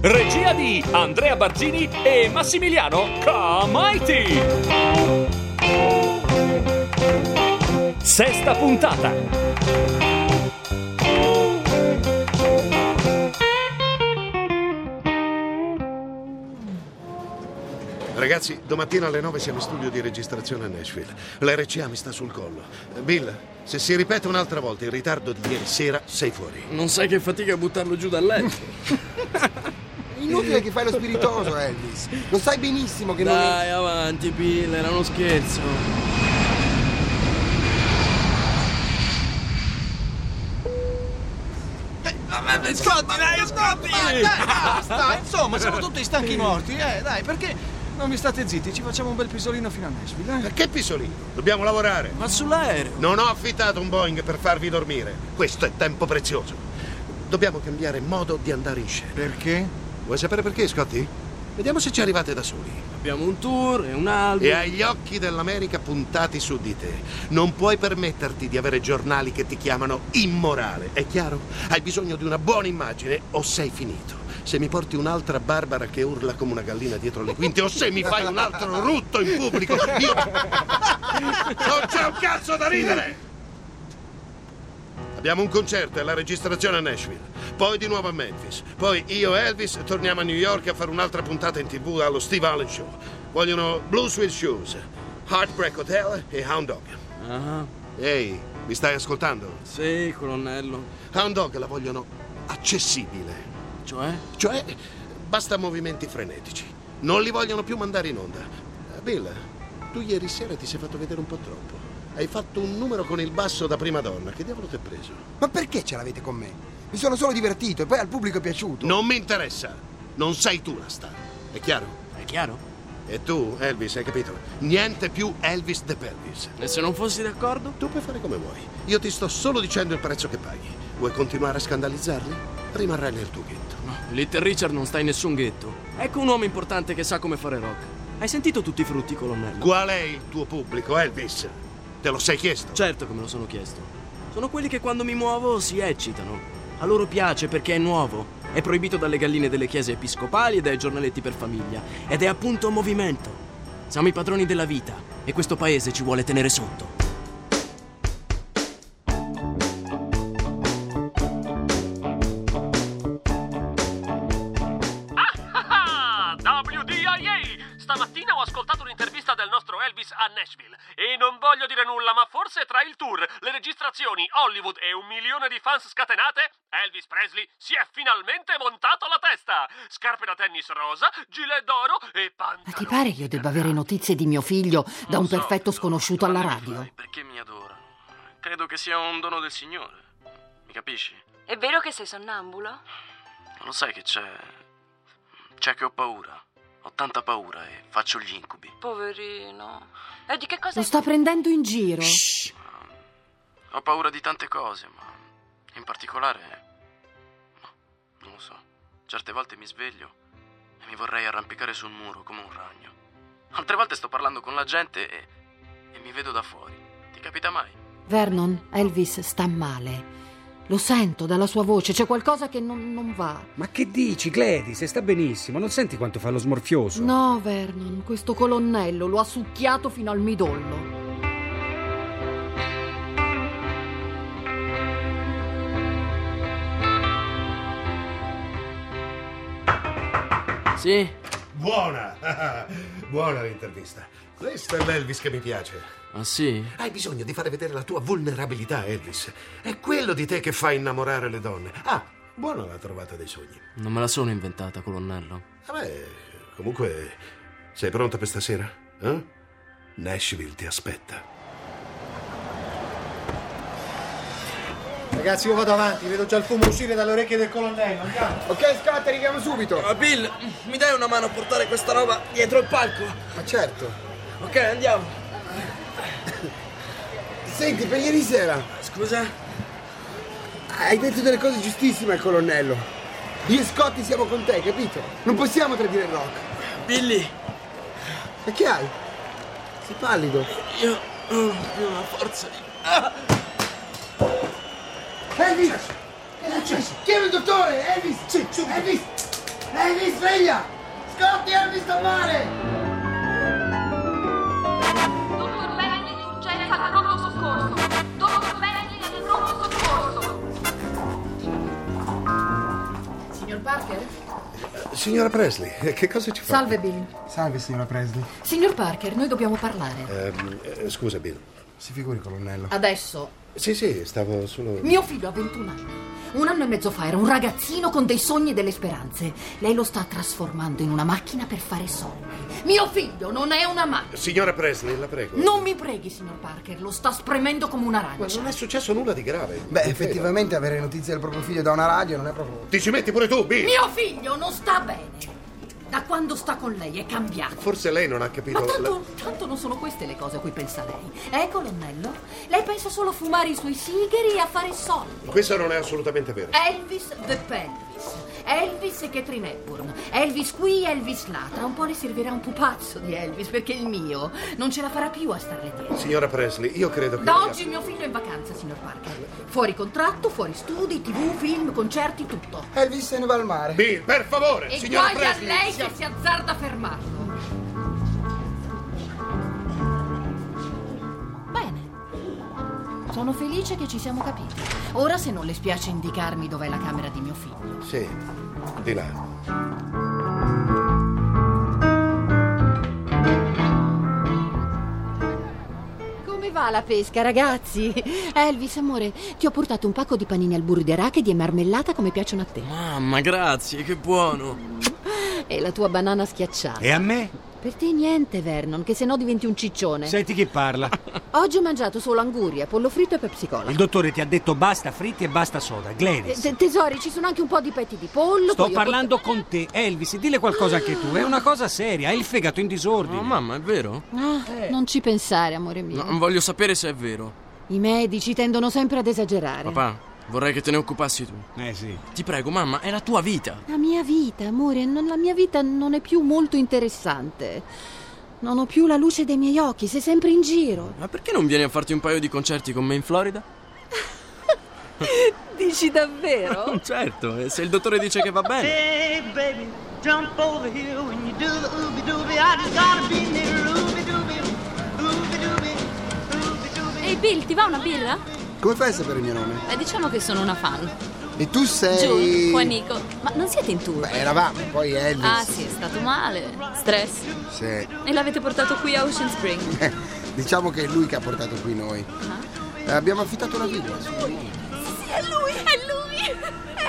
Regia di Andrea Barzini e Massimiliano Comaiti. Sesta puntata. Ragazzi, domattina alle 9 siamo in studio di registrazione a Nashville. L'RCA mi sta sul collo. Bill, se si ripete un'altra volta il ritardo di ieri sera, sei fuori. Non sai che fatica buttarlo giù dal letto. Inutile che fai lo spiritoso, Elvis. Lo sai benissimo che non è. Dai, avanti, Bill, era uno scherzo. Scotti, dai, scotti! Dai, basta! Insomma, siamo tutti stanchi morti, eh, dai, perché non vi state zitti? Ci facciamo un bel pisolino fino a Nashville, eh? Perché pisolino? Dobbiamo lavorare. Ma sull'aereo. Non ho affittato un Boeing per farvi dormire. Questo è tempo prezioso. Dobbiamo cambiare modo di andare in scena. Perché? Vuoi sapere perché, Scotty? Vediamo se ci arrivate da soli. Abbiamo un tour e un album. E hai gli occhi dell'America puntati su di te. Non puoi permetterti di avere giornali che ti chiamano immorale, è chiaro? Hai bisogno di una buona immagine o sei finito. Se mi porti un'altra Barbara che urla come una gallina dietro le quinte o se mi fai un altro rutto in pubblico, io... Non c'è un cazzo da ridere! Abbiamo un concerto e la registrazione a Nashville, poi di nuovo a Memphis, poi io e Elvis torniamo a New York a fare un'altra puntata in tv allo Steve Allen Show. Vogliono Blues with Shoes, Heartbreak Hotel e Hound Dog. Ah, Ehi, mi stai ascoltando? sì, colonnello. Hound Dog la vogliono accessibile, Cioè? cioè basta movimenti frenetici. Non li vogliono più mandare in onda. Eh, Bill, tu ieri sera ti sei fatto vedere un po' troppo. Hai fatto un numero con il basso da prima donna. Che diavolo ti è preso? Ma perché ce l'avete con me? Mi sono solo divertito e poi al pubblico è piaciuto. Non mi interessa. Non sei tu la star. È chiaro? È chiaro? E tu, Elvis, hai capito? Niente più Elvis de Pelvis. E se non fossi d'accordo? Tu puoi fare come vuoi. Io ti sto solo dicendo il prezzo che paghi. Vuoi continuare a scandalizzarli? Rimarrai nel tuo ghetto. Little Richard non sta in nessun ghetto. Ecco un uomo importante che sa come fare rock. Hai sentito tutti i frutti, colonnello? Qual è il tuo pubblico, Elvis? Te lo sei chiesto? Certo che me lo sono chiesto. Sono quelli che quando mi muovo si eccitano. A loro piace perché è nuovo. È proibito dalle galline delle chiese episcopali e dai giornaletti per famiglia. Ed è appunto movimento. Siamo i padroni della vita e questo paese ci vuole tenere sotto. Ah, WDIA! Stamattina ho ascoltato un'intervista del nostro Elvis a Nashville e non voglio dire nulla, ma forse tra il tour, le registrazioni, Hollywood e un milione di fans scatenate, Elvis Presley si è finalmente montato la testa! Scarpe da tennis rosa, gilet d'oro e pantaloni. Ma ti pare che io debba avere notizie di mio figlio da un so, perfetto sconosciuto alla radio? Perché mi adorano? Credo che sia un dono del Signore. Mi capisci? È vero che sei sonnambulo? Lo sai che c'è. C'è che ho paura. Ho tanta paura e faccio gli incubi. Poverino. E di che cosa Lo sta prendendo in giro. Ho paura di tante cose, ma in particolare... no, Non lo so. Certe volte mi sveglio e mi vorrei arrampicare sul muro come un ragno. Altre volte sto parlando con la gente e, e mi vedo da fuori. Ti capita mai? Vernon, Elvis sta male. Lo sento dalla sua voce, c'è qualcosa che non, non va. Ma che dici, Gladys? Sta benissimo, non senti quanto fa lo smorfioso? No, Vernon, questo colonnello lo ha succhiato fino al midollo. Sì? Buona! Buona l'intervista. Questo è l'Elvis che mi piace. Ah sì? Hai bisogno di fare vedere la tua vulnerabilità, Elvis. È quello di te che fa innamorare le donne. Ah, buona la trovata dei sogni. Non me la sono inventata, colonnello. Ah, Beh, comunque, sei pronta per stasera? Eh? Nashville ti aspetta. Ragazzi, io vado avanti, vedo già il fumo uscire dalle orecchie del colonnello, andiamo. Ok, Scott, arriviamo subito. Ah, Bill, mi dai una mano a portare questa roba dietro il palco? Ma certo. Ok, andiamo. Senti, per ieri sera Scusa? hai detto delle cose giustissime al colonnello. Io e Scotty siamo con te, capito? Non possiamo tradire il rock. Billy, E che hai? Sei pallido. io non ho più la forza di... Elvis! Che è successo? Chiama il dottore, Elvis! Elvis! Elvis, sveglia! Scotti, Elvis sta male! Dottor Benny, di urgenza al pronto soccorso! Dottor Benny, al pronto soccorso! Signor Parker? Signora Presley, eh, che cosa ci fa? Salve Bill. Salve, signora Presley. Signor Parker, noi dobbiamo parlare. Ehm, eh, scusa, Bill. Si figuri, colonnello. Adesso. Sì, sì, stavo solo. Mio figlio ha 21 anni. Un anno e mezzo fa era un ragazzino con dei sogni e delle speranze. Lei lo sta trasformando in una macchina per fare soldi. Mio figlio non è una macchina. Signora Presley, la prego. Non mi preghi, signor Parker, lo sta spremendo come Ma un'arancia. non è successo nulla di grave. Beh, effettivamente avere notizie del proprio figlio da una radio non è proprio. Ti ci metti pure tu, Bill! Mio figlio non sta bene. Da quando sta con lei è cambiato. Forse lei non ha capito. Ma tanto, la- tanto non sono queste le cose a cui pensa lei. Eh, colonnello? Lei pensa solo a fumare i suoi sigari e a fare soldi. Questo non è assolutamente vero. Eh. Elvis the Pelvis. Elvis e Catherine Hepburn. Elvis qui, Elvis là. Tra un po' le servirà un pupazzo di Elvis perché il mio non ce la farà più a starle dietro. Signora Presley, io credo che. Da oggi mio figlio è in vacanza, signor Parker. Fuori contratto, fuori studi, tv, film, concerti, tutto. Elvis se ne va al mare. Bill, per favore, E signora guai a Presley. lei che si azzarda a fermarlo. Bene. Sono felice che ci siamo capiti. Ora, se non le spiace indicarmi dov'è la camera di mio figlio. Sì, di là. Come va la pesca, ragazzi? Elvis, amore, ti ho portato un pacco di panini al burro di arachidi e marmellata come piacciono a te. Mamma, grazie, che buono. E la tua banana schiacciata. E a me? Per te niente, Vernon, che sennò diventi un ciccione. Eh. Senti chi parla. Oggi ho mangiato solo anguria, pollo fritto e pepsicola. Il dottore ti ha detto basta fritti e basta soda. Gladys. Eh, tesori, ci sono anche un po' di petti di pollo. Sto poi ho parlando con te, Elvis, dille qualcosa anche tu. È una cosa seria, hai il fegato in disordine. No, mamma, è vero? pot- Ah, Eh. Non ci pensare, amore mio. Non voglio sapere se è vero. I medici tendono sempre ad esagerare. Papà, vorrei che te ne occupassi tu. Eh sì. Ti prego, mamma, è la tua vita. La mia vita, amore, non- la mia vita non è più molto interessante. Non ho più la luce dei miei occhi, sei sempre in giro. Ma perché non vieni a farti un paio di concerti con me in Florida? Dici davvero? certo, e se il dottore dice che va bene. Hey, baby, jump over here when you do the ooby dooby. I just gotta be near ooby dooby, ooby dooby, ooby dooby. Ehi Bill, ti va una birra? Come fai a sapere il mio nome? Eh, diciamo che sono una fan. E tu Giù, sei. Juanico. Ma non siete in tour? Beh, eravamo, poi Elvis. Ah sì, è stato male. Stress. Sì. E l'avete portato qui a Ocean Spring. Eh, diciamo che è lui che ha portato qui noi. Eh, Abbiamo affittato una villa. sì. Sì, è lui, è lui!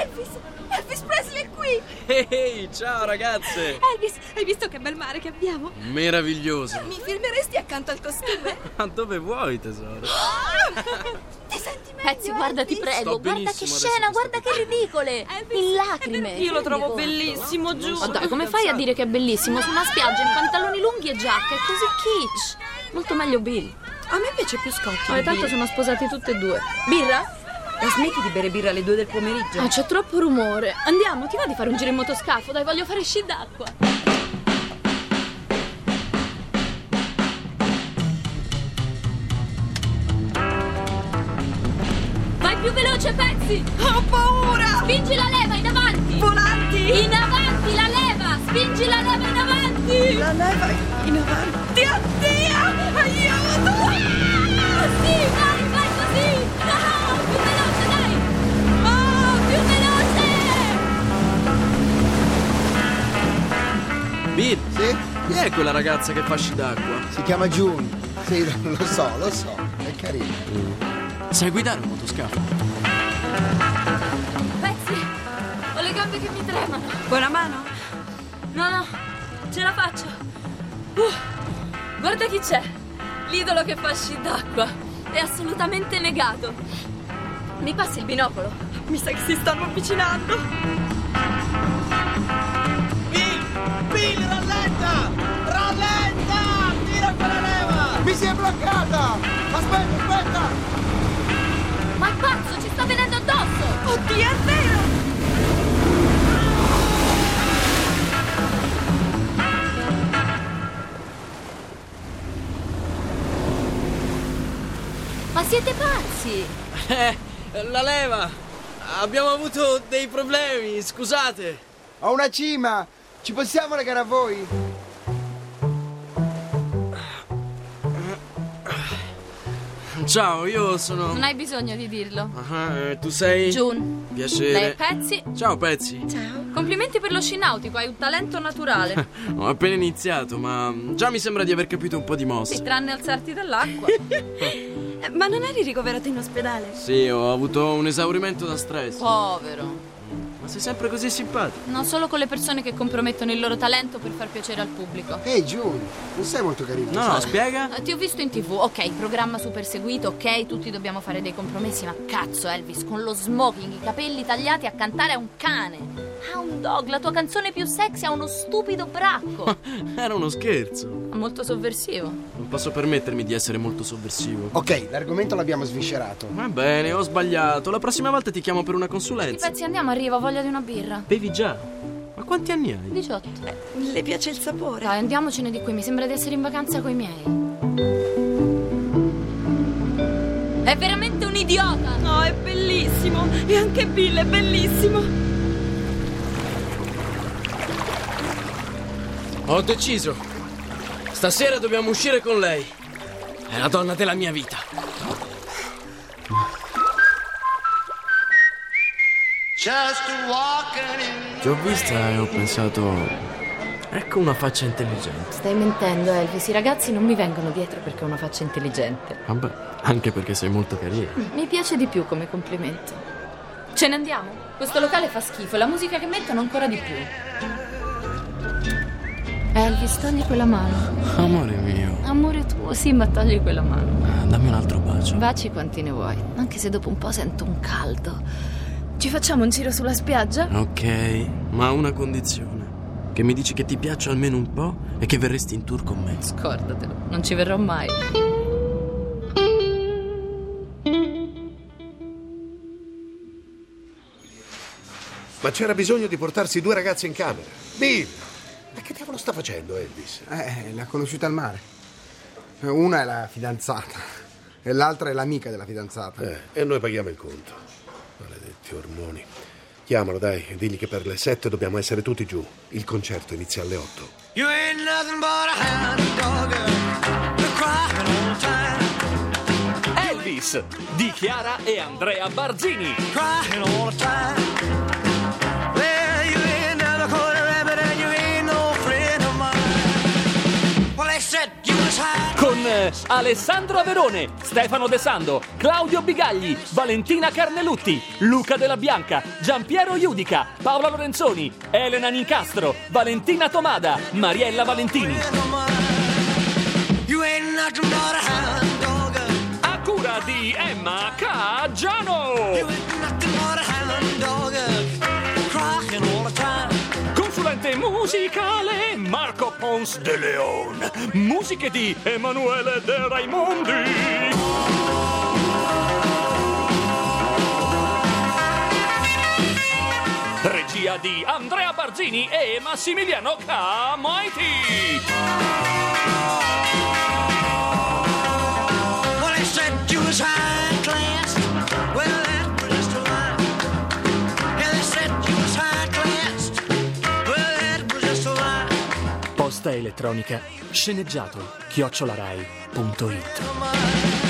Elvis! Elvis Presley è qui! Ehi, ciao ragazze! Elvis, hai visto che bel mare che abbiamo? Meraviglioso. Mi filmeresti accanto al costume? Ma dove vuoi, tesoro? Ti senti meglio? Pezzi, guarda, ti prego, Sto Ecco, guarda che benissimo, scena, guarda che ridicole! In lacrime! Io lo trovo bellissimo, giù. Ma dai, come fai a dire che è bellissimo? Su una spiaggia in pantaloni lunghi e giacca, è così kitsch! Molto meglio Bill. A me piace più Scott. Ma tanto sono sposati tutte e due. Birra? E smetti di bere birra alle due del pomeriggio. Ah, c'è troppo rumore. Andiamo, ti va di fare un giro in motoscafo? Dai, voglio fare sci d'acqua. Vai più veloce, pezzi! Ho paura! Spingi la leva in avanti! Volanti! In avanti, la leva! Spingi la leva in avanti! La leva in avanti! Oddio! Aiuto! Ah, sì, vai, vai così! Ah, più veloce, dai! Oh, più veloce! Bill, chi è quella ragazza che fa sci d'acqua? Si chiama June. Sì, lo lo so, lo so. È carino. Sai guidare un motoscafo? Pezzi, ho le gambe che mi tremano. Buona mano? No, no, ce la faccio. Uh, guarda chi c'è. L'idolo che fa sci d'acqua. È assolutamente negato. Mi passi il binocolo. Mi sa che si stanno avvicinando. Bill, rallenta! Rallenta! Tira quella leva! Mi si è bloccata! Aspetta, aspetta! Ma è pazzo, ci sta venendo addosso! Oddio, è vero! Ma siete pazzi! Eh, la leva! Abbiamo avuto dei problemi, scusate! Ho una cima! Ci possiamo legare a voi? Ciao, io sono. Non hai bisogno di dirlo. Ah, eh, tu sei. June. Lei è Piacere. Pezzi. Ciao, Pezzi. Ciao. Complimenti per lo sci nautico, hai un talento naturale. Ho appena iniziato, ma già mi sembra di aver capito un po' di Sì, mosse. tranne alzarti dall'acqua. Ma non eri ricoverato in ospedale? Sì, ho avuto un esaurimento da Oh. stress. Povero. Ma sei sempre così simpatico. Non solo con le persone che compromettono il loro talento per far piacere al pubblico. Ehi, June, non sei molto carino. No, no, sai? spiega. Eh, Ti ho visto in tv, ok, programma super seguito, ok, tutti dobbiamo fare dei compromessi, ma cazzo Elvis, con lo smoking, i capelli tagliati a cantare a un cane. A un dog, la tua canzone più sexy ha uno stupido bracco. Era uno scherzo. Molto sovversivo. Non posso permettermi di essere molto sovversivo. Ok, l'argomento l'abbiamo sviscerato. Va bene, ho sbagliato. La prossima volta ti chiamo per una Ti consulenza. pezzi andiamo, arriva, ho voglia di una birra. Bevi già. Ma quanti anni hai? 18. Eh, Le piace il sapore? Dai, andiamocene di qui, mi sembra di essere in vacanza coi miei. È veramente un idiota! No, è bellissimo! E anche Bill è bellissimo! Ho deciso. Stasera dobbiamo uscire con lei. È la donna della mia vita. Just walking in Ti ho vista e ho pensato. Ecco una faccia intelligente. Stai mentendo, Elvis. I ragazzi non mi vengono dietro perché ho una faccia intelligente. Vabbè, anche perché sei molto carina. Mi piace di più come complimento. Ce ne andiamo? Questo locale fa schifo e la musica che mettono ancora di più. Elvis, togli quella mano. Amore mio, Amore tuo, sì, ma togli quella mano. dammi un altro bacio. Baci quanti ne vuoi, anche se dopo un po' sento un caldo. Ci facciamo un giro sulla spiaggia? Ok, ma una condizione. Che mi dici che ti piaccio almeno un po' e che verresti in tour con me. Scordatelo, non ci verrò mai. Ma c'era bisogno di portarsi due ragazzi in camera. Bill! Ma che cavolo sta facendo Elvis? Eh, l'ha conosciuta al mare. Una è la fidanzata e l'altra è l'amica della fidanzata. Eh, e noi paghiamo il conto. Maledetti ormoni. Chiamalo, dai, e digli che per le sette dobbiamo essere tutti giù. Il concerto inizia alle otto. You ain't nothing but a hound dog You're crying all the time Elvis di Chiara e Andrea Barzini. Crying all the time Well, you ain't never caught a rabbit And you ain't no friend of mine Well, they said you was high Con eh, Alessandro Averone, Stefano De Sando, Claudio Bigagli, Valentina Carnelutti, Luca Della Bianca, Giampiero Iudica, Paola Lorenzoni, Elena Nicastro, Valentina Tomada, Mariella Valentini. You ain't nothing but a hound dog A cura di Emma Caggiano. Nothing but a hound dog Crying all the time Consulente musicale Marco Pons de Leon. Musiche di Emanuele De Raimondi. Regia di Andrea Barzini e Massimiliano Camoiti. Well, they said you was high class. Well, that was just a lie. Yeah, they said you was high class. Well, that was just a lie. Posta elettronica sceneggiato chiocciolarai.it